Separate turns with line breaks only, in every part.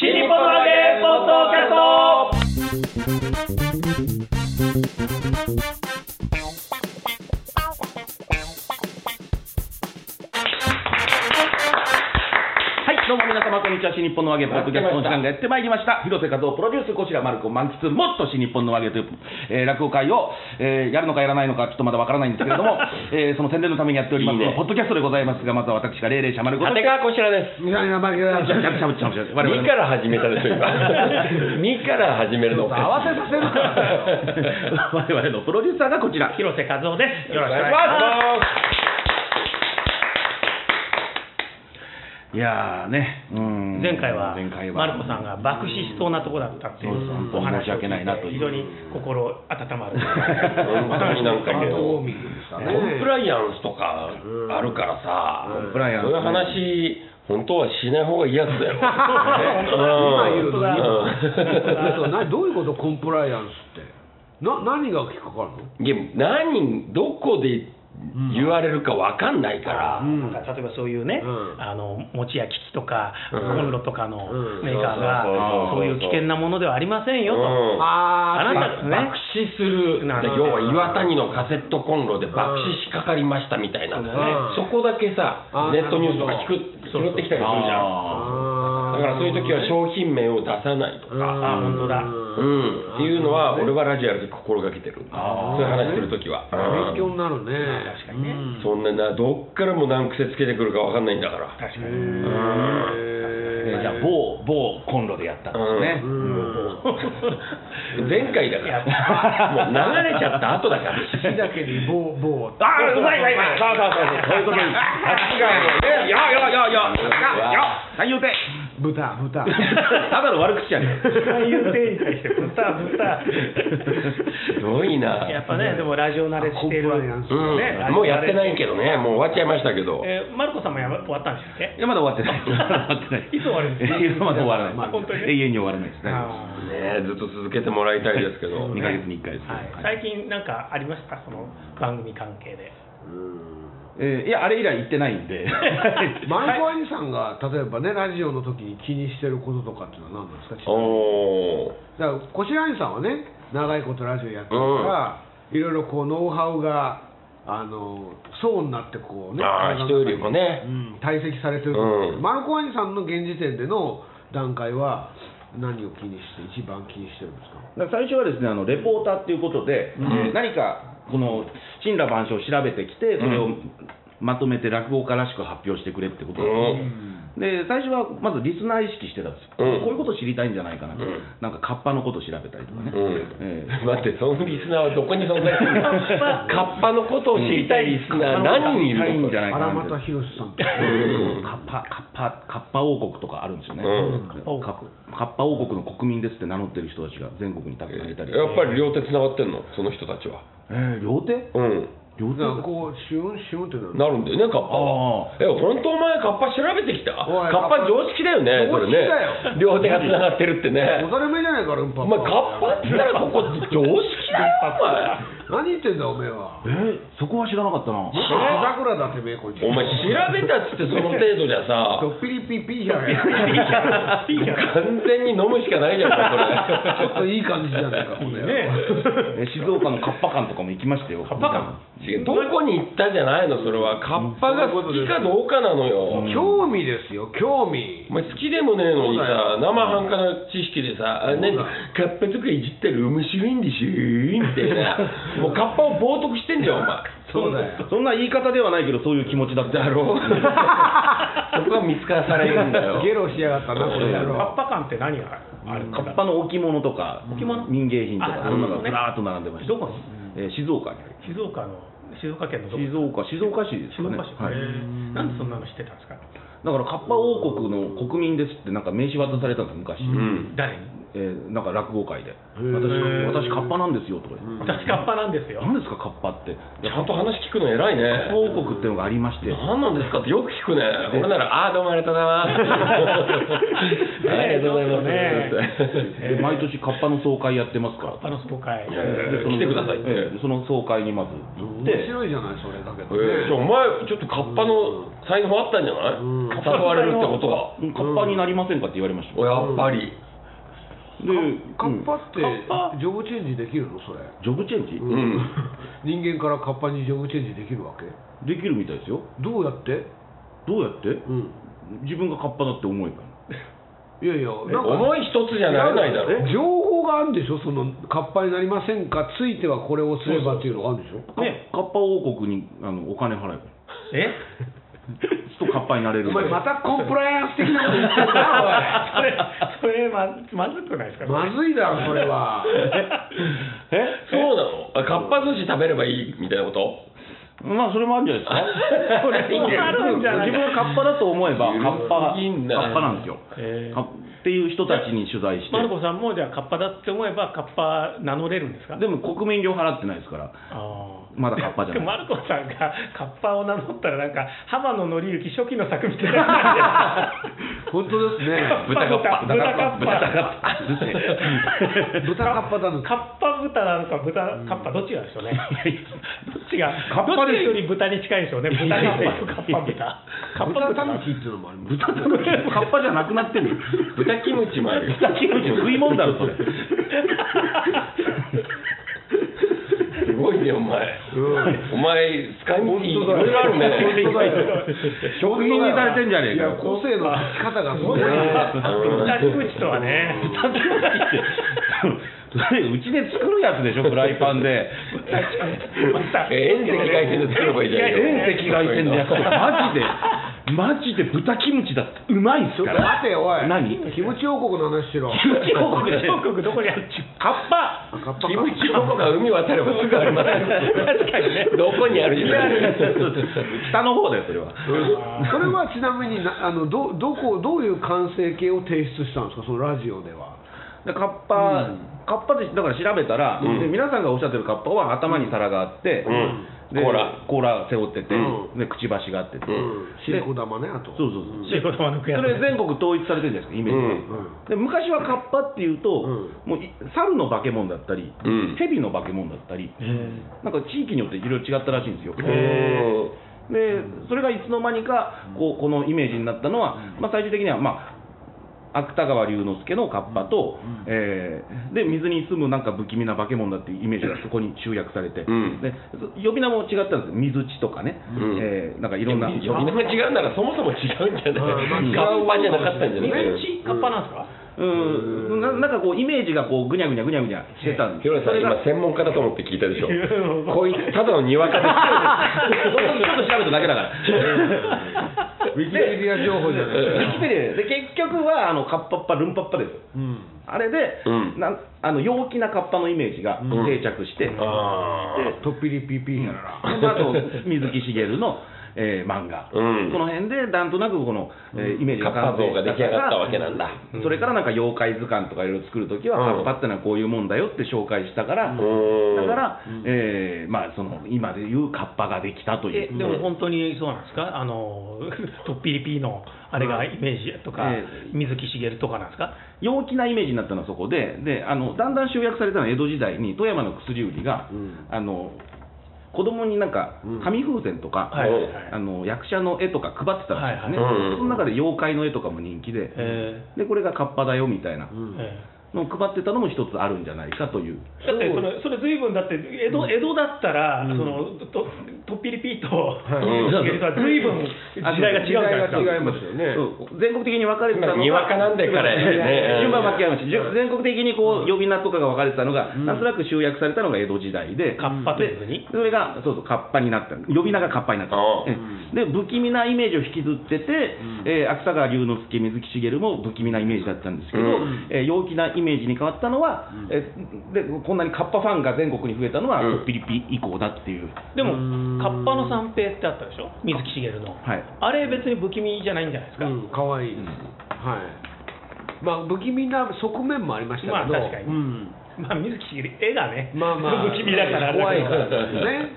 シリポの揚げポッドキャストはい、どうも皆様、こんにちは。新日本の揚げポッドキャストの時間がやってまいりました。広瀬和夫プロデュース、こちら、マルコ満喫、もっと新日本の揚げという、えー落語会を、えーやるのかやらないのか、ちょっとまだわからないんですけれども、えーその宣伝のためにやっております、
いいね
ポッドキャストでございますが、まずは私が、霊霊者丸子
あ
と
れがこちらです。
みなまけ
しゃぶしゃぶしゃぶしゃぶ我々
2
の
から始めたでしょ、今。2から始めるの。
合わせさせるから。
我々のプロデューサーがこちら
広瀬和夫です。よろしくお願いしま
いやーねうん
す。前回は
前回は
マルコさんが爆死しそうなとこだったっていう
そうそう
お話を
申し訳
聞いて
ないなという
非常に心温まる。
本当になんか
担
けど
当ミーでした
コ
ね。
ンプライアンスとかあるからさ、
コンプライアンス
そういう話、本当はしない方がいいやつだよ。
今言うのに
う
そうなどういうことコンプライアンスって。な何が引っかかるの？
んいや何、どこで言われるかわかんないから。
なんか例えばそういうね、
うん
あの餅や機器とか、
うん
コンロとかの
うん
メーカーが、
そうそうそうそう
そういう危険なものではありませんよと、
うん
あ
あなたですね
爆死する、
なんて
要は岩谷のカセットコンロで爆死しかかりましたみたいな、
うん
そこだけさ
あ、ー
ネットニュースとか聞く拾ってきたりするじゃん。だ
あー
からそういう時は商品名を出さないとか、
あ本当だ
うん、っていうのは、俺はラジオやるとき心がけてる、そういう話するときは、
勉
う
強になるね。確かにね。
んそんなな、どっからも難癖つけてくるかわかんないんだから、
確かに、
えーじゃあ某某コンロでやったんですね、
前回だから、もう流れちゃった後だから、
火だけに棒棒。
ああうまいうまいうまいそうそうそうそういうことです確かにねよよよよよよ三遊亭
豚豚。
ただの悪口やね
俳優店に対して豚豚。
ひどいな。
やっぱね、でもラジオ慣れしてる
コンプライアンス
うん
ね
もうやってないけどね、もう終わっちゃいましたけど、
えーマルコさんもやば終わったんですっけ
いやまだ終わってないまだ終わってない
いつ終わるんですか
いやまだ終わらない
本当に
永遠に終わらないですね
あ
ね、ずっと続けてもらいたいですけど、
二ヶ月に一回です
ー
ね
はい、
はい
最近なんかありましたその番組関係で
えーいやあれ以来行ってないんで
マルコアニさんが例えばねラジオの時に気にしてることとかっていうのは何なんですか？ちなみに
おー、
だからこしらんさんはね長いことラジオやってるから、いろいろこうノウハウがあの層になってこうね
あー
体の中に
人よりもね
うん、堆積されてると思うけど、
うん
マルコアニさんの現時点での段階は何を気にして一番気にしてるんですか
だから最初はですねあのレポーターっていうことで、
ん
何かこの神羅万象を調べてきてそれをまとめて落語家らしく発表してくれってこと
う
だったんですよ
ん、
で最初はまずリスナー意識してたんですよ、
うん
こういうこと知りたいんじゃないかなと、
うん
なんかカッパのこと調べたりとかね、え
うん、待って、そのリスナーはどこに存在するのカッパのことを知りたいリスナー、何人いるの
んじゃないかな
荒
み
俣
たいな
宏さんって
うん
カッパカッパカッパ王国とかあるんですよね、
うん
カッパ王国カッパ王国の国民ですって名乗ってる人たちが全国にたくさんいたり、
やっぱり両手つながってんの、その人たちは。
えー両手
うん
両
だから
手
こうシュンシュンってな
な
る
るんだよね、カッパ
あ。
はえ、本当お前、カッパ調べてきたカ
おい
ッパ常識だよね、それね。両手がつながってるってね
お。ざれ目じゃないからうんぱ
お
ん
前、カッパって言ったらここ常識だよ、
何言ってんだおめえは
えーそこは知らなかったな
小桜だてめえこいつ
お前。お前、調べたっつってその程度じゃさ、
とっぴりぴぴやね
完全に飲むしかないじゃんか、
ちょっといい感じじゃないかこれ
えー静岡のカッパ館とかも行きましたよカッパ館
それ。違うどこに行ったじゃないの、それは。カッパが好きかどうかなのよ。
興味ですよ興味
お前好きでもねえのにさ、生半可な知識でさ、あなんかカッパとかいじったら面白いんでしょみたい な、もうカッパを冒涜してんじゃん、お前。
そうだよ
そんな言い方ではないけどそういう気持ちだった
だ ろそこが見つかされるんだ よ。
ゲロしやがったなこれや
カッ
ろ
パ感って何がある
カッパの置物とか
置物
民芸品とか
あ
そんなのが
そう
ず
ね
らーっと並んでました
どこに
えー静岡に
静岡の静岡県のどこ
静岡静岡市です
静
かね
岡市、
はい、
へーなんでそんなの知ってたんですか
だからカッパ王国の国民ですってなんか名刺渡されたんです昔、
うん。
誰に
えーなんか落語会で「
ー
私私カッパなんですよ」とか言って
私カッパなんですよ
何ですかカッパって
ちゃんと話聞くの偉いね。
報告っていうのがありまして
何なんですかってよく聞くね。俺なら、ああー、どうもありがとうございます。 ありがとうございます。
で毎年カッパの総会やってますから
カッパの総 会
いやいや
でその
来てくださいって
ええその総会にまず行っ
面
て
白いじゃないそれだけど
えーじゃあお前、ちょっとカッパの才能あったんじゃない
うん
誘われるってことは。
うんカッパになりませんかって言われました
おやっぱり。
で
カ
う
ッ
ん
パって
カッパ
ジョブチェンジできるのそれ
ジョブチェンジ、
うん。
人間からカッパにジョブチェンジできるわけ
できるみたいですよ
どうやって
どうやって
うん
自分がカッパだって思えば
いやいやなんか
思い一つじゃならないだろ。
情報があるんでしょそのカッパになりませんかついてはこれをすればっていうのがあるんでしょ
カ
ね
ッカッパ王国にあのお金払えば
え
ちょっとカッパになれる
お前またコンプライアンス的なこと言ってるな
それそれままずくないですか
おいまずいだろそれは
え
そうなのあかっぱ寿司食べればいいみたいなこと
まあそれもあるんじゃないですかそれ
いいねあるんじゃない
自分がカッパだと思えばカッパ
いいんだ
カッパなんですよ、
えー
カッっていう人たちに取材して
マルコさんもじゃあカッパだって思えばカッパ名乗れるんですか
でも国民料払ってないですから
あー
まだカッパじゃない
でもマルコさんがカッパを名乗ったらなんか浜野紀之初期の作みたいな感じ
本当で すね
豚カッパ
豚
豚カ
カッパ
ッパ
豚カッパだの
カッパ豚なのか豚カッパどっちなんでしょうねどっちが
カッパ
どっ
です
ちより豚に近いんでしょうね豚カッパとカッパ豚カッパ豚
豚タヌキっていうのもあります
豚だらけカッパじゃなくな ってる
豚キムチもあるよ
豚キムチ食いもんだろそれ
すごいねお前
うん
お前使い道い
本当だ
ろいろあるね
本当だよ
食品にされてんじゃねえか
いや個性の生き方がすごい
豚キムチとはね
豚キムチって それうちで作るやつでしょフライパンで
また
えー遠赤外線で作ればいいじゃん
遠赤外線でやってマジでマジで豚キムチだってうまいっ
ち
す
ょっ
か
と待
ら
てよおい
何
キムチ王国の話しろ
キムチ王国で
中国どこにある
カッパ
カッパか
キムチの方が海渡ればすぐあります確かにねどこにあるじ
北の方だよそれは
それはちなみになあのどどこどういう完成形を提出したんですかそのラジオでは
でカッパ、カッパでだから調べたら、で皆さんがおっしゃってるカッパは頭に皿があって、
うん
で
甲羅
甲羅背負ってて、
うん
でくちばしがあってて、
うん
シリコ玉ねあと
そうそうそう、
仕事は抜くや
そ
つ
れ全国統一されてるじゃないですかイメージで,、
う
で昔はカッパっていうと、もうい猿の化け物だったり、
うん
蛇の化け物だったり、なんか地域によっていろいろ違ったらしいんですよ
へ
でそれがいつの間にかこうこのイメージになったのは、まあ、最終的には、まあ、芥川龍之介のカッパと、えーで水に住むなんか不気味な化け物だっていうイメージがそこに集約されて、
うん
で呼び名も違ったんです水地とかね、
うん
えーなんかい
呼
ろん
び
な
名が違うならそもそも違うんじゃないカッパじゃなかったんじゃ
フ
ない
レンチカッパなんですか
うんななんかこうイメージがこうぐにゃぐにゃぐにゃぐにゃしてたんです
ヒロさ
そ
ん
れが
今専門家だと思って聞いたでしょ
うん
こいつただのにわかです
ちょっと調べただけだから。
ウィキペディア情報じゃないで
ウィキ
すか
ペディアで結局はあのカッパッパルンパッパですよ
うん
あれで、
うん
なんあの陽気なカッパのイメージが定着して、で
あー
トッピリピーピーやら
あと水木しげる の、えー漫画、
うん
この辺でなんとなくこの、えーイメージ
カ
が
ッパ像が出来上がったわけなんだ
それからなんか妖怪図鑑とかいろいろ作るときは、
うん
カッパってのはこういうもんだよって紹介したから、
ん
だから、えーまあ、その今でいうカッパができたとい
え
う。
でも本当にそうなんですか、あのトッピリピのあれがイメージとか、
ええ
水木しげるとかなんですか、
陽気なイメージになったのはそこでであのだんだん集約されたのは江戸時代に富山の薬売りが、あの子供になんか紙風船とか、
はいはいはい
あの役者の絵とか配ってたらしいんですね、
はいはいうん
その中で妖怪の絵とかも人気で、
え
でこれがカッパだよみたいな
えええ
のを配ってたのも一つあるんじゃないかという
だってそのそれ随分だって江戸江戸だったら、そのとトッピリピと水木しげるとは随分時代が違うじゃないですか。
時代が違いますよね
そう全国的に分かれてたのが
にわかなんで彼ね
順番巻き合いましたじゅ全国的にこう呼び名とかが分かれてたのが、なんとなく集約されたのが江戸時代で、
カッパというふうに
でそれがそうそうカッパになった呼び名がカッパになった、
う
えで不気味なイメージを引きずってて、えー芥川龍之介水木しげるも不気味なイメージだったんですけど、
うん
えー陽気なイメージに変わったのは、えーでこんなにカッパファンが全国に増えたのは、
うん
ピリピ以降だっていう
でも、カッパの三平ってあったでしょ、水木しげるの、
はい
あれ、別に不気味じゃないんじゃないです
う
か、
んかわいいはいまあ、不気味な側面もありました
まあ
けど、
確かに
うん
まあ水木しげる絵がね、
まあ まあ、
不気味だからあれだ
怖
け
い
ど
から ね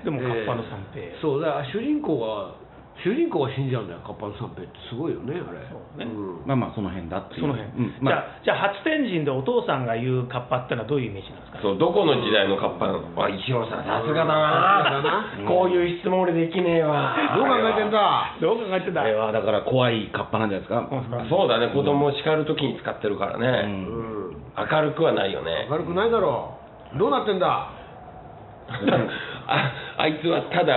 。でもカッパの三平
えーそうだから主人公が主人公が死んじゃうんだよ、カッパの三平ってすごいよね、あれ。
そうね
ん
まあまあその辺だっていう
その辺、
うんま
じゃ
あ
あじゃあ初天神でお父さんが言うカッパってのはどういうイメージなんですか
そうどこの時代のカッパなのあ石野さんさすがだ
さ
な
すがだ
こういう質問俺できねえわ
どう考えてんだ
どう考えてた
あれはだから怖いカッパなんじゃないですか、
そうだね子供を叱るときに使ってるから
う
ね、
ん
うん
明るくはないよね
明るくないだろう。どうなってんだ
ああいつはただ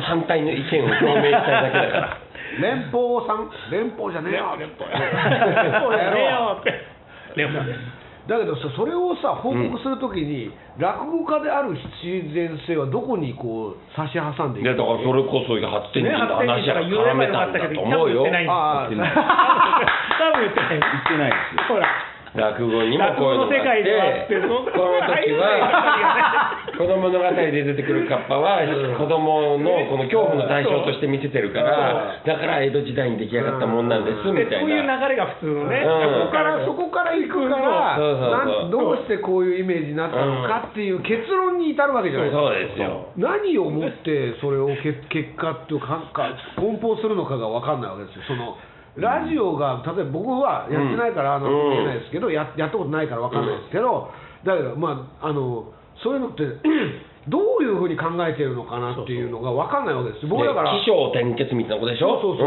反対の意見を表明したいだけだから
連邦さん連邦じゃねえよ連邦
そうだよねよってレオさんです
だけどさそれをさ報告するときに、落語家である必然性はどこにこう差し挟んでい
いやだ
く
からそれこそ発展人の話やから絡めたんだと思うよ
言えばよか
あ
っ
あ
言ってない
多分言ってない
言ってないですよ
ほら
落語にもこういうのがあって
落語の世界ではって
この時 は
入
この物語で出てくるカッパは子供のこの恐怖の対象として見せてるからだから江戸時代に出来上がったもんなんですみ
で
たい
こういう
な
流れが普通のね、
うん
そこからそこから行くから
そうそうそう
なんどうしてこういうイメージになったのかっていう結論に至るわけじゃない
そうですよ
何をもってそれをけ結果っていうかか梱包するのかが分かんないわけですよそのラジオが例えば僕はやってないからあの
うん
見えないですけど、ややったことないから分かんないですけど、だけどまああのそういうのってどういうふうに考えてるのかなっていうのが分かんないわけですよ僕だから、
起承転結みたいなことでしょ
そうそ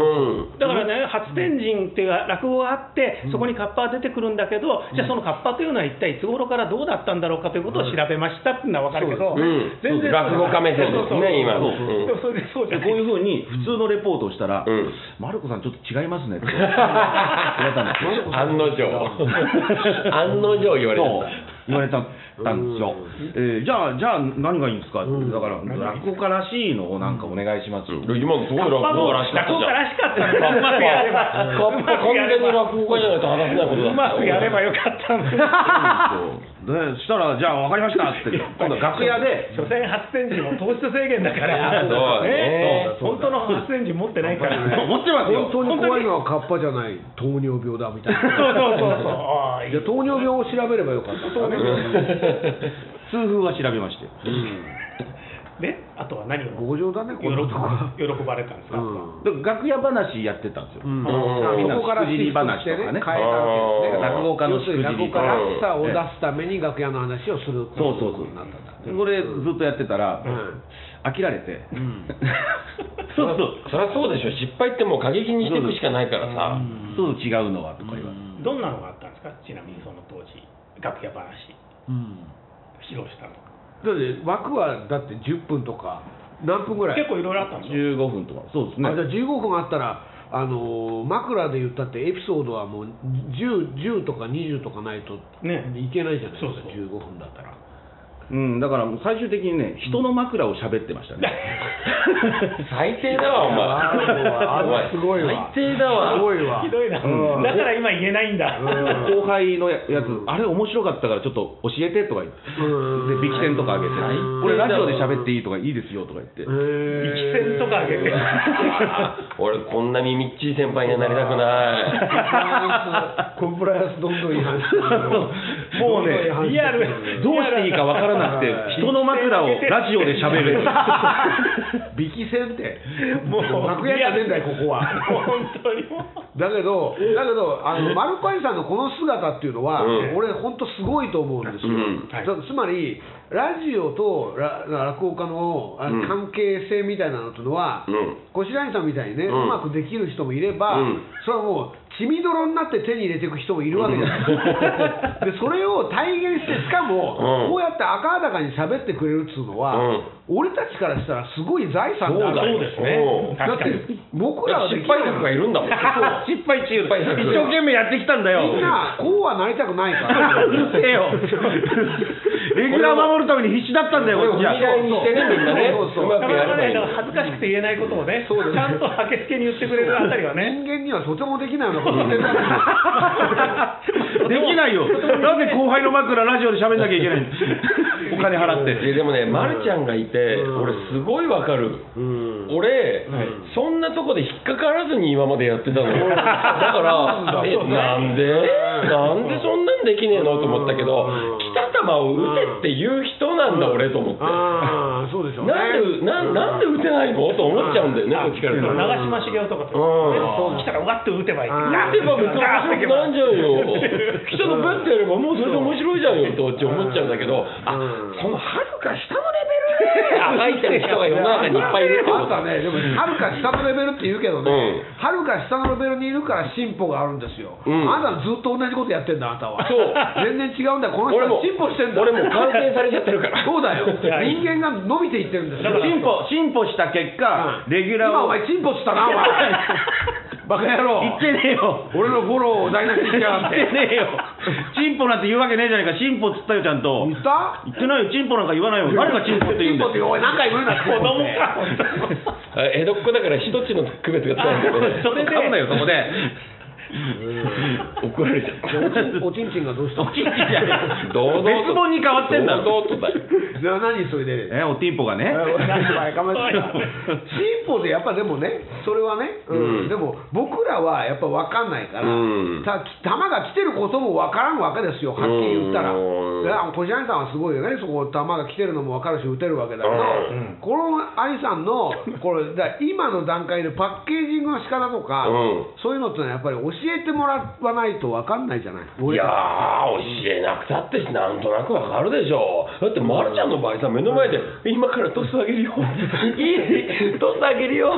うん
う
だからね、初天神っていう落語があって、そこにカッパが出てくるんだけど、じゃあそのカッパというのは一体いつ頃からどうだったんだろうかということを調べましたっていうのは分かるけ
う
ど、
ん
全然
落語家目線ですね今のうん
でもそれでそうじ
で
ゃな
こう
い
いうふうに普通のレポートをしたら、
うん
マルコさんちょっと違いますねっ て言われたんですよ
案の 定案の定言われ
そう
た
言われたたんですよ、えーじゃあじゃあ何がいいんですか、だから落語家らしいのをなんかお願いしますよ、
今のすごい落
カッパ
語
も
家らしかったじ
落
ゃ
語家
ん
らしかったんですようまくやれば、
カッパ完全に落語家じゃないと話せないことだ
うまくやれば
よ
よかったんです
でしたらじゃあ分かりましたって今度楽屋 で
所詮初天神も糖質制限だか
いや
ら、
そうだね
本当の初天神持ってないから、
持ってますよ
本当に怖いのはカッパじゃない糖尿病だみたい
そう
な
そうそうそうああ、 いい
じゃあ糖尿病を調べればよかったからね、
痛風は調べまして
で、あとは何を
強情だねこ
喜
の男は、
喜ばれたんですか、
うん
で楽屋話やってたんですよ、
う
うん
ん
みんなのしくじり話とかね
変えたわけですね
落語家のしくじり
要するに落語家らしさを出すために楽屋の話をするってい
そうそうそう
ことになったんだ
これずっとやってたら、
ん
飽きられて、 そうそう
そりゃそうでしょ失敗ってもう過激にしていくしかないからさ
そう違うのはとか言われて、
どんなのがあったんですか、ちなみにその当時、楽屋話、披露したの。
だって枠はだって10分とか何分ぐらい
結構いろいろあったんですよ。
15分とかそうですね
あじゃあ15分あったらあのー枕で言ったってエピソードはもう 10, 10とか20とかないと
ね
いけないじゃないです
そ
か、
うそう
15分だったら
うん、だからもう最終的にね人の枕を喋ってましたね、
最低だわお 前
あのすごいわ
最低だわ
すごいわ
ひどいな、
うん
だから今言えないんだ。
後輩のややつ、あれ面白かったからちょっと教えてとか言って、
う
でビキテンとかあげて、
へ
これラジオで喋っていいとかいいですよとか言って、
一
え
線とか上げて、
あ俺こんなにみっちり先輩にはなりたくない
コンプライアンスどんどん違反してる
もうね
どんどん違反してる
リアル、
どうしていいかわからなく
は
て人の枕をラジオで喋 る
ビキ戦って
もう
楽屋じゃねえんだよここは
本当にもう。
だけどだけどあのマルコアイさんのこの姿っていうのは、
うん
俺本当すごいと思うんです
う
よ、
ん
だつまりラジオとラ落語家のあ
うん
関係性みたいなのというのは、
うん
小白井さんみたいにね、うんまくできる人もいれば、
うん
それはもう血みどろになって手に入れていく人もいるわけじゃない でそれを体現してしかも、
うん
こうやって赤々に喋ってくれるっつうのは、
うん
俺たちからしたらすごい財産だ
そうだようん
だって僕らはで
失
き
敗
ない
作がいるんだもん
失敗中
敗中
一生懸命やってきたんだよ
みんなこうはなりたくないから
うるせえ よレギュラー守るために必死だったんだよこっちは
踏み台にしてねみんなね
そうそう
うま
な
く
か
やれ
なか
ばい
ね、
い
だから恥ずかしくて言えないことをね、ちゃんとはけつけに言ってくれるあたりはね、
人間にはとてもできないようなことしてたん
できないよなんで後輩の枕ラジオで喋んなきゃいけないのお金払って
いやでもね、ま、るちゃんがいて、俺すごいわかる、
うん
俺、そんなとこで引っかからずに今までやってたのよだからえなんでなんでそんなんできねえのと思ったけど
うん
来た球を打てっていう人 なんだ俺と思って
ああそうでしょうね
なんでななんで打てないのと思っちゃうんだよねこっちからしたら
長嶋茂雄とかと
う
来たらうわっと打てばいい
うん
打てば別に
ガーッとい
面白くない
けば
じゃんよ来たのバッてやればもうそれで面白いじゃんよとこっち思っちゃうんだけどあ
うん
そのはるか下のレベルであがいてる人が世の中にいっぱいいるってこ
あ
と
んたね、でも、はるか下のレベルって言うけどね
うん、
はるか下のレベルにいるから進歩があるんですよ。
うん
あなたずっと同じことやってんだ、あなたは。
そう
全然違うんだよ、この人
俺
は
も
進歩してんだ。
俺もう完成されちゃってるから
そうだよ。
や
人間が伸びていってるんですよ。
進歩進歩した結果、
うん
レギュラー
今お
を
前進歩したな、お前。 バカ野郎
言。ってねえよ
俺のフォローを台無しにしやがって。
言ってねえよ進歩なんて言うわけねえじゃないか進歩っつったよちゃんと
言った
言ってないよ進歩なんか言わないよ誰が進歩って言うんだ
進歩って、おい、何回言うな、子供か。
あ 江戸っ子だから一ちの区別がつかないんだよね
それで買うなよそこで
怒られちゃった
おちんちんがどうしたの
いやいや
堂々と
別本に変わってんだろ
堂々とだよ
な何それで。
えおティンポがね
進歩でやっぱでもねそれはね、うん
うん
でも僕らはやっぱ分かんないから、
うん
た球が来てることも分からんわけですよはっきり言ったら
うん
いやこしあいさんはすごいよねそこ球が来てるのも分かるし打てるわけだけど、
う
このあいさ んのこれだ今の段階でパッケージングの仕方とか、
うん
そういうのってのはやっぱり教えてもらわないと分かんないじゃない
いやー、教えなくたってなんとなくわかるでしょ。だって、まるちゃんの場合さ、目の前で、今からトスあげるよ、いい、トスあげるよ、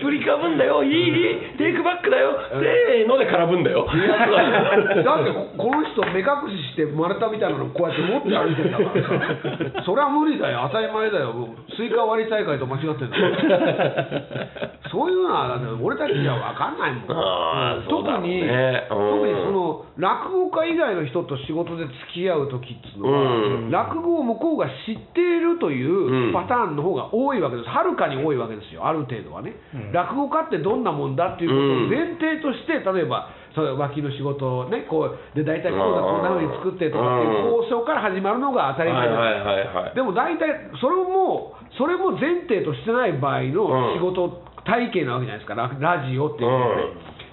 振りかぶんだよ、いい、テイクバックだよ、せーので空ぶんだよ。
だってここの人目隠しして丸太みたいなのこうやって持って歩いてんだからさそれは無理だよ当たり前だよもうスイカ割り大会と間違ってんだからそういうのはだって俺たちじゃ分かんないもん
あーそうだろう
特に、
ね
特に
うん
その落語家以外の人と仕事で付き合う時っつうのは、
うん
落語を向こうが知っているとい
う
う
ん
パターンの方が多いわけですはるかに多いわけですよある程度はね、落語家ってどんなもんだっていうことを
うん
前提として例えばその脇の仕事をねこうで大体こうだ
うん
こんな風に作ってとかっていう
うん
交渉から始まるのが当たり前
はい
だ、
はいはいはい。
でも大体それもそれも前提としてない場合の
うん
仕事体系なわけじゃないですかララジオっていうのはね、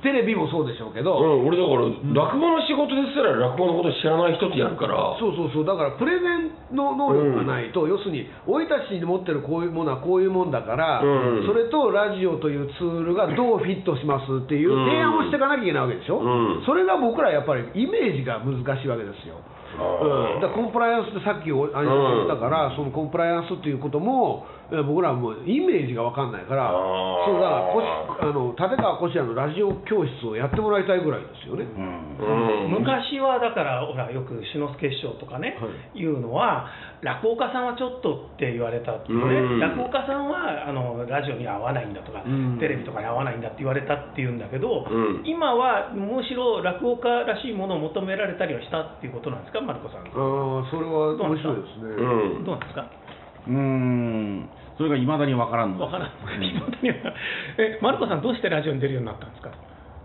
テレビもそうでしょうけど、
うん、俺だから、落語の仕事ですら落語のこと知らない人ってやるから、
そうそうそうだからプレゼンの能力がないと、要するに生い立ちに持ってるこういうものはこういうもんだから、
うん
それとラジオというツールがどうフィットしますっていう
うん
提案をしていかなきゃいけないわけでしょ、
うん
それが僕らやっぱりイメージが難しいわけですよ、うん、だからコンプライアンスってさっきおあれ言ったから、そのコンプライアンスっていうこともえー僕らはもうイメージが分かんないから
あー
そうだからこしあの立川こしらのラジオ教室をやってもらいたいぐらいですよね、
うん
昔はだからほらよく志の輔師匠とかね、い、うのは落語家さんはちょっとって言われたっていうね、
うん
落語家さんはあのラジオに合わないんだとか、
ん
テレビとかに合わないんだって言われたっていうんだけど、
うん
今はむしろ落語家らしいものを求められたりはしたっていうことなんですかマルコさん、ど
ああそれは面白いですね、
うん
うなんですか
うーんそれがいまだにわからんの
わからない本当にえマルコさんどうしてラジオに出るようになったんですか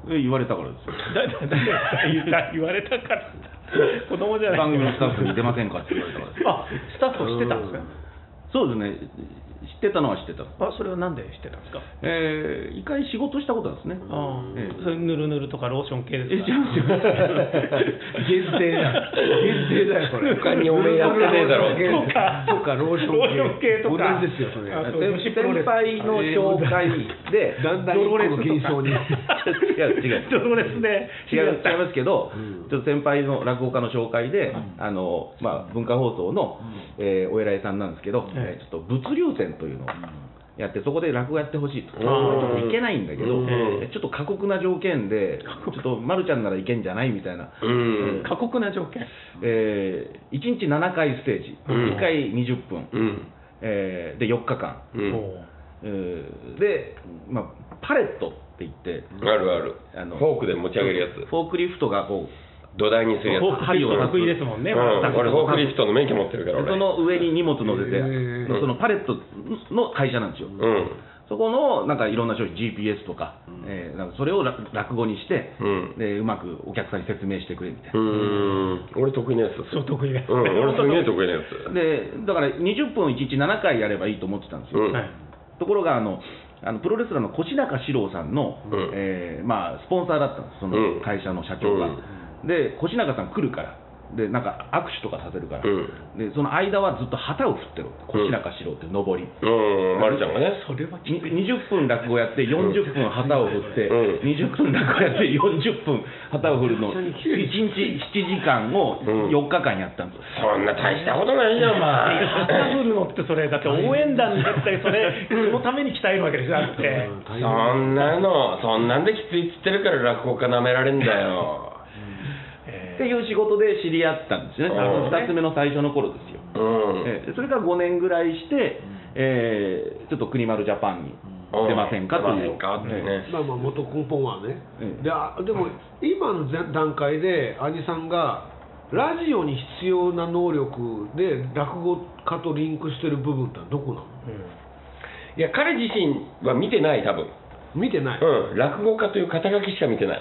え言われたからですよ
だだだ言われたから子供じゃな い
番組のスタッフに出ませんかって言われたからですよ
あスタッフをしてたんですか、
そうですね知ってたのは知ってた
あそれはなんでしてたんですか
えー、一回仕事したことなんですね
ああ、
ええ
それぬるぬるとかローション系
え
で
違
すか
うんですよ
限定だよ限定だよそれ
他におめえやってねえだろ
そうかそうかローション系
ローション系とか
同じですよそれ
あと
先
先
先輩の紹介で、
だんだん一個の現 象に
違う違う
ドロレスで
違う違いますけど、ちょっと先輩の落語家の紹介で、あのまあ、文化放送の、えーお偉いさんなんですけど、えーちょっと物流展というのをやって、そこで落語やってほしいと、俺ちょっと行けないんだけど、
うん
えーちょっと過酷な条件で、ちょっとまるちゃんならいけんじゃないみたいな、
うん
過酷な条件
え1日7回ステージ、
うん
1回20分、
うん
えーで4日間、
うん
えーで、まあ、パレットって言って、
あるある
あの
フォークで持ち上げるやつ
フォークリフトがこう。
土台にするやつ
フォークリフト得意ですもんね
うん俺フォークリフトの免許持ってるから
で
俺
その上に荷物乗せて、
へー
そのパレットの会社なんですよ、
うん
そこのなんかいろんな商品、GPS とか、えーなんかそれをら落語にして、
うん
で、うまくお客さんに説明してくれみたいうな、
ん俺得意なやつだ
そう得意です、
うん俺すげえ得意なやつ
でだから20分1日7回やればいいと思ってたんです
う
よ、
ん
はい
ところがあの、あのプロレスラーの越中史郎さんの、
うん
えーまあ、スポンサーだったんですそ
うん
の会社の社長が、で越中さん来るからでなんか握手とかさせるから、
う
でその間はずっと旗を振ってろ越中史郎って上り、
うん、まるちゃんがね。
それはきつ
に
い
20分落語やって40分旗を振って、
う
20分落語やっ て40分旗を振るの1日7時間を
うん
4日間やったんです、
そんな大したことないじゃん、お
旗
前。
振るのってそれだって応援団だったりそれそのために鍛えるわけでしょだって
そんなの、そんなんできついっつってるから落語家舐められんだよ。
っていう仕事で知り合ったんですよね、
うん
2つ目の最初の頃ですよ、
うん。
えーそれから5年ぐらいして、えーちょっと国丸ジャパンに出ませんかとい
出
う、
ませんかっていうね。
まあまあ元根本はね、
ええ
であでも今の前段階で兄さんがラジオに必要な能力で落語家とリンクしてる部分ってどこなの
いや、彼自身は見てない、多分。
見てない、
うん、落語家という肩書きしか見てない。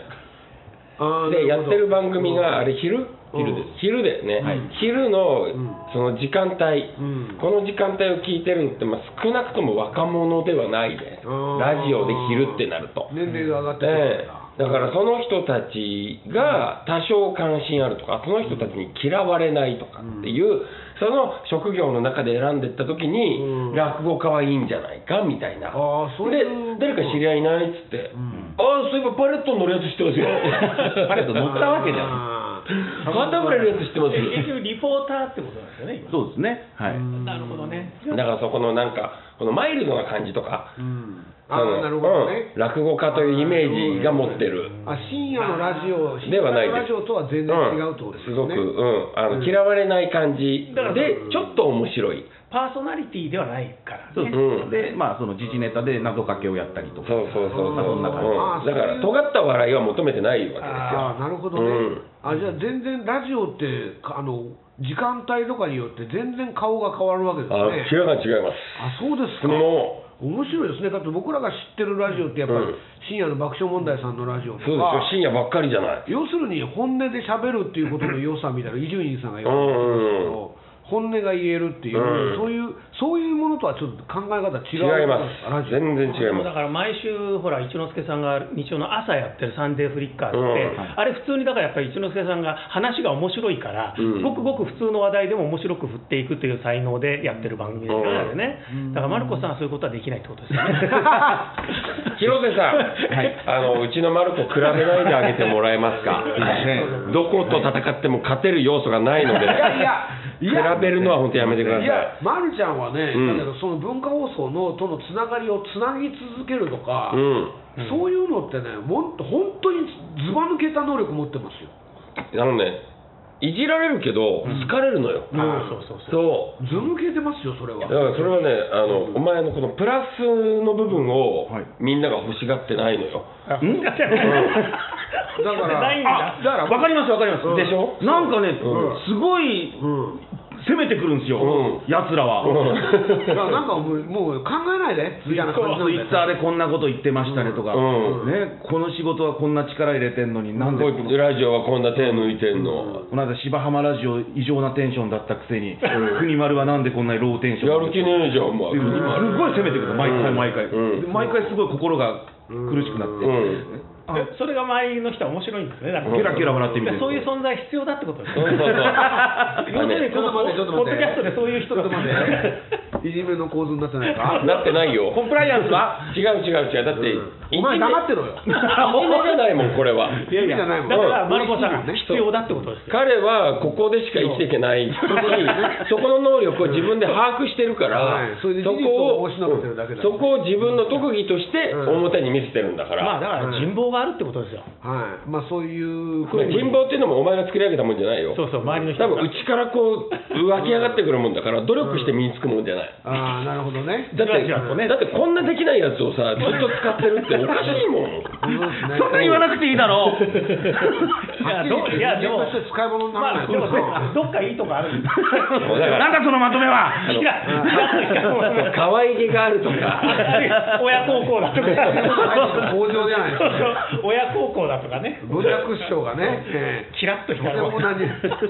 あー
で、や
なほ
っ
ど
てる番組が、あれ昼
昼です
昼だよね、昼
ん
のその時間帯、
うん
この時間帯を聞いてるのって、まあ、少なくとも若者ではないで、
あー
ラジオで昼ってなると、
年齢が上がってく
ええ
るから、
だからその人たちが多少関心あるとか、その人たちに嫌われないとかっていう、その職業の中で選んでった時
うん
に、落語家はいいんじゃないかみたいな、
あーそういう
で誰か知り合いいないっつって、ああ、そういえばパレットに乗るやつ知ってますよ、
パレット乗ったわけじゃ ん、
あ
肩ぶれるやつ知って ます
結局リポーターってことなんですよね
そうですね、はい、
今なるほどね
だからそこのなんかこのマイルドな感じとか、
ーうん
そ
あー
の
なるほどね
うん、落語家というイメージが持ってる
あ深夜のラジオ深
で
夜
は
の
ない
ラジオとは全然違うってことです
す
よ
ごく、
ね、
うん、あの嫌われない感じ
だから
でちょっと面白い
パーソナリティではないから
そうです、
うん
で、まあ、その時事ネタで謎かけをやったりと
そう
か、
そうそうそう、
そんな感じ
うん、だから尖った笑いは求めてないわけですよ
ああなるほどね、
うん
あじゃあ全然ラジオってかあの時間帯とかによって全然顔が変わるわけです
あ
ね
気が違います
あそうですか
も
面白いですねだって僕らが知ってるラジオってやっぱり
うん
深夜の爆笑問題さんのラジオ
う
とか
そうですよ深夜ばっかりじゃない
要するに本音で喋るっていうことの良さみたいな伊集院さんが言われてるんですけど、本音が言えるっていう、
うん
そういうそういうものとはちょっと考え方違う
違いま
ラ
す
ジオ
全然違い
だ
ます
から毎週、ほら、一之輔さんが日曜の朝やってるサンデーフリッカーって、
うん
あれ、普通にだからやっぱり一之輔さんが話が面白いから、
うん
ごくごく普通の話題でも面白く振っていくという才能でやってる番組ですから
うん
ね、だからマルコさんはそういうことはできないってことですよ ね。
広瀬さん、あのうちのマルコ比べないであげてもらえますか
はい
どこと戦っても勝てる要素がないので
いやいやいや
比べるのは本当やめてくださ
い
い
や、ま、るちゃんはね、
うん
だけどその文化放送のとのつながりをつなぎ続けるとか、
うん
そういうのってね、もっと本当にずば抜けた能力持ってますよ。
あのねいじられるけど好かれるのよ、
うん
そうそうそ
そ
う。
う
ず抜けてますよ、それは。
だからそれはねあの、お前のこのプラスの部分を
はい
みんなが欲しがってないのよ、
んだから、ないんだ。
だから分かります、分かります、
うんでしょ
なんかね、
うん
すごい
うん、
攻めてくるんですよ、
う
やつらは。
だからなんかもうもう考えないでみたいな
ツ
感じなんだ
イ
よ
ッターでこんなこと言ってましたねとか、
うん
ね、この仕事はこんな力入れてんのに、なんで
こ
こ
い
の
つラジオはこんな手抜いてんの、
この間、芝浜ラジオ、異常なテンションだったくせに、国丸はなんでこんなにローテンション
やる気ねえじゃんお
ってい
前
う
国丸
すごい攻めてくる、毎回毎回、
うん
で毎回すごい心が苦しくなって、
うん
あ
で それが周りの人は面白いんですね、だから。
ゲラゲラ笑ってみて
だから
る、
そういう存在必要だってことです
そう
ね。
そうそう
要するにこの
ちょっと待ってちょ
ポッドキャストで
っと待って
そういう人
ちょ
が
っと待って、いじめの構図になってないか
なってないよ
コンプライアンスは
違う違う違うだって、
お前黙って
る
ろよ。
じゃないもんこれは
意味じゃないもん。
だから、マルコ
コ
さん、必要だってことですよ。
彼はここでしか生きていけ ないそこの能力を自分で把握してるか
は
ら
いそれで事実を申し述べてるだけだ
そこを自分の特技として表に見せてるんだか
ま
ら
あ、だから人望があるってことですよ。
はい、まあそういうことに
人望っていうのもお前が作り上げたもんじゃないよ
そうそう、周りの人
多分内からこう湧き上がってくるもんだから努力して身につくもんじゃない
ああ、なるほど ね。
だって
じわじわとね
だってこんなできないやつをさずっと使ってるっておかしいもん
そうですね
そんな言わなくていいだ ろう。
いや、どういやでも、
人間として使い物にな
ま
らな
あ、
い
でもね、どっかいいとこあるんですよ。
だから
なんだそのまとめは。
いや、いや
可愛げがあると か
親孝行だとか、
向上じゃないです
そ
か
うそう親孝行だとかね、
文楽師匠がね、ええ
キラッと
とて
光る
も 何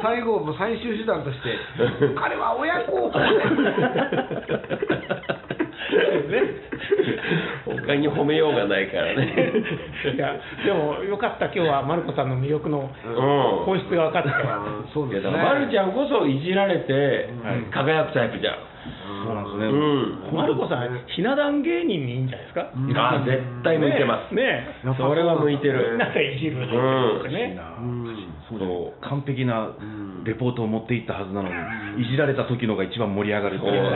最後も最終手 段として彼は親孝行
他に褒めようがないからね。
いやでもよかった今日はマルコさんの魅力の
うん。
本質が分かった
あーそう
い
で
や
すね
だから、まるちゃんこそいじられて、輝くタイプじゃん。
そうなんです
う
ね。
ん。
マルコさんひな壇芸人にいいんじゃないですか
あ、絶対向いてます。
ねえ
やっぱ
それは向いてる。
なんかいじる
うん
ね
そうそう完璧なレポートを持っていったはずなのに、いじられた時のが一番盛り上がるっていうのが、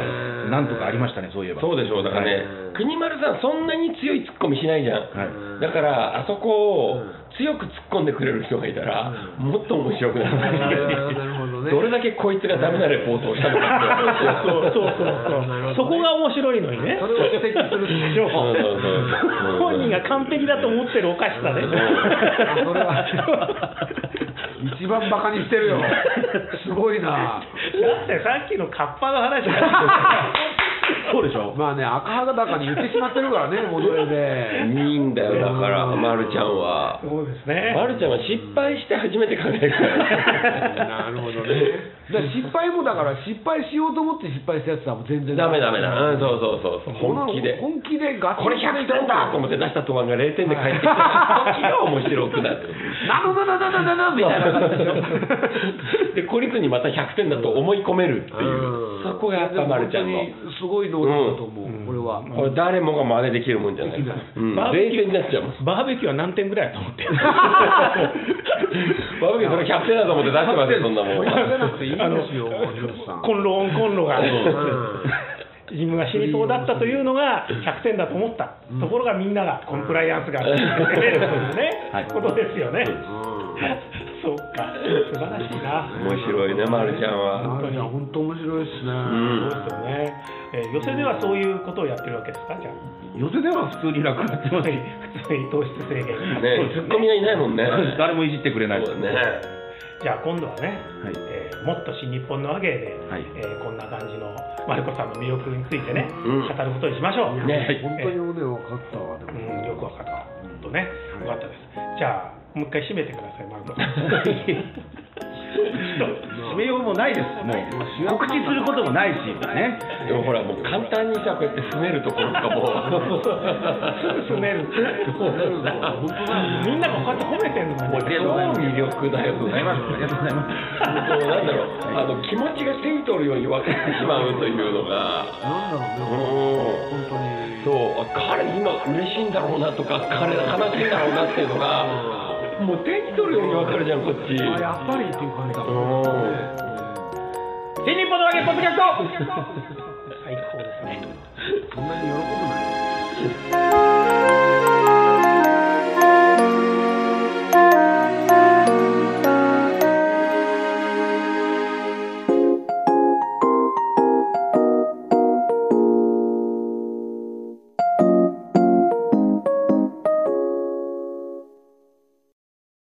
なんとかありましたね、そういえば。
そうでしょう、だからね、国丸さん、そんなに強いツッコミしないじゃん、
は
だから、あそこを強く突っ込んでくれる人がいたら、もっと面白くな
あー
る、
なるほどね
どれだけこいつがダメなレポートをしたのか って
そうそう
なるほどね
そうそこが面白いのにね
それを指摘するって
そう
そうそうそう
本人が完璧だと思ってるおかしさね
あそれは一番バカにしてるよすごい
だ
な
ってさっきのカッパの話
そうでしょ
まあね赤裸々に言ってしまってるからねもうそれで
いいんだよ、だから、まるちゃんは。
そうで すね
まるちゃんは失敗して初めて考えるから、
なるほどねだから失敗もだから失敗しようと思って失敗したやつはもう全然
ダメダメだ、うん、そうそうそう、
こんなの
本気で。
本気でガチ
これ100点だと思って出した答案が0点で返ってきて、そっちが面白くな る。
なのなのなのなのみたいな感じでしょ
で孤立にまた100点だと思い込めるっていう、そこがやっぱまるちゃんの
本当にすごい能力だと思う、これは、
これ誰もが真似できるもんじゃない、うん、
バーベ
0
キュー
点になっちゃう もん
バーベキューは何点ぐらいだと思ってる
バーベキューそれ100点だと思って出してますよそんなもん
食べなくていいんですよ、ヒロシさん。
コンロオンコンロが
うん
自分が死にそうだったというのが100点だと思った、ところがみんながコンプライアンスが、ね
はい
ことですよね、そうか素晴らしいな、
面白いねまるちゃんは
あれいや本当面白いですね。
うん
そうですよね、えー寄席ではそういうことをやってるわけですかじゃあ
寄せでは普通に楽やってま
普
す
通に普通に糖質制限
ねツッコミがいないもんね
誰もいじってくれないで
そ
す
うだね
じゃあ今度はね、
はい
えーもっと新日本の和芸で、
はい
えーこんな感じのマルコさんの魅力についてね、
うん
語ることにしましょう、
ねはい
本当にね分かったわでも。
うん、よくわかったわ。本当ね、よかったです。じゃあ、もう一回締めてください、マルコさ ん。
締めようもないです、もう告知することもないし、ね、
でもほらもう簡単にさこうやって住めるところとかも
すぐ
う
める。
本当だ
みんながこうやって褒めてるのもね、
超魅力だ
ありが
よね
とうございます。
もうなんだろうあの気持ちが手に取るように分かってしまうというのが
なんだろうね
うん
本当に。
そうあ彼今嬉しいんだろうなとか彼悲しいんだろうなっていうのがもう手に取るように分かるじゃんこっち
あやっぱりっていう感じだもん。
う
最高ですね。
そんなに喜ぶな。